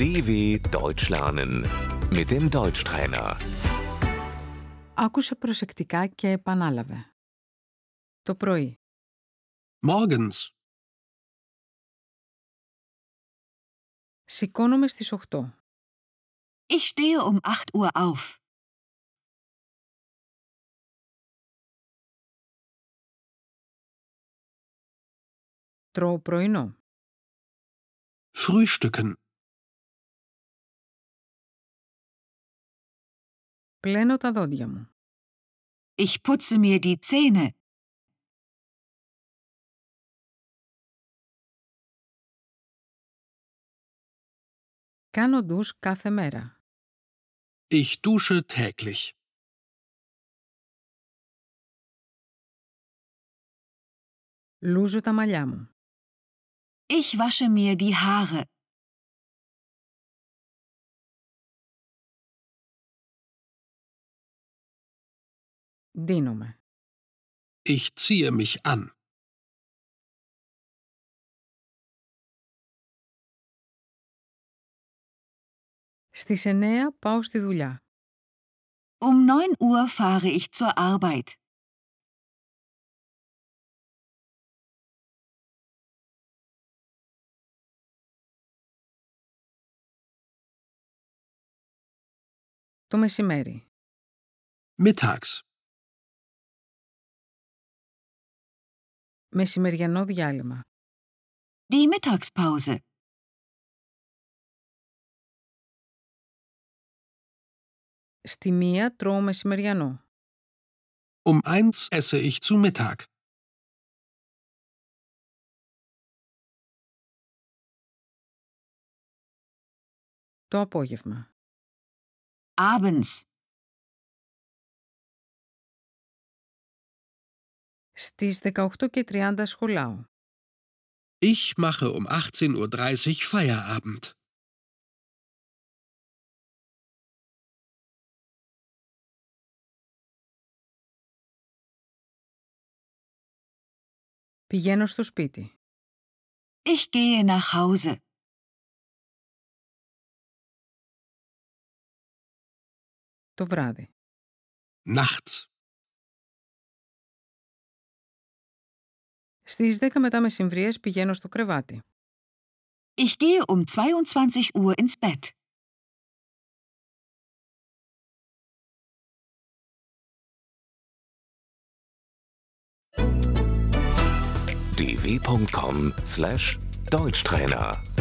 DW Deutsch lernen mit dem Deutschtrainer. Άκουσε προσεκτικά και επανάλαβε. Το πρωί, Morgens. σηκώνομαι στις 8. Ich stehe um 8 Uhr auf. Τρώω πρωινό. Frühstücken. Πλένω τα δόντια μου. Ich putze mir die Zähne. Κάνω ντους κάθε μέρα. Ich dusche täglich. Λούζω τα μαλλιά μου. Ich wasche mir die Haare. Ντύνομαι. Ich ziehe mich an. Στις 9 πάω στη δουλειά. Um 9 Uhr fahre ich zur Arbeit. Το μεσημέρι. Mittags. Μεσημεριανό διάλειμμα. Die Mittagspause. Στη μία τρώω μεσημεριανό. Um eins esse ich zu Mittag. Το απόγευμα. Abends. Στις 18 και 30 σχολάω. Ich mache um 18.30 Uhr Feierabend. Πηγαίνω στο σπίτι. Ich gehe nach Hause. Το βράδυ. Nachts. Στις 10 μετά μεσημβρίες πηγαίνω στο κρεβάτι. Ich gehe um 22 Uhr ins Bett. dw.com/deutschtrainer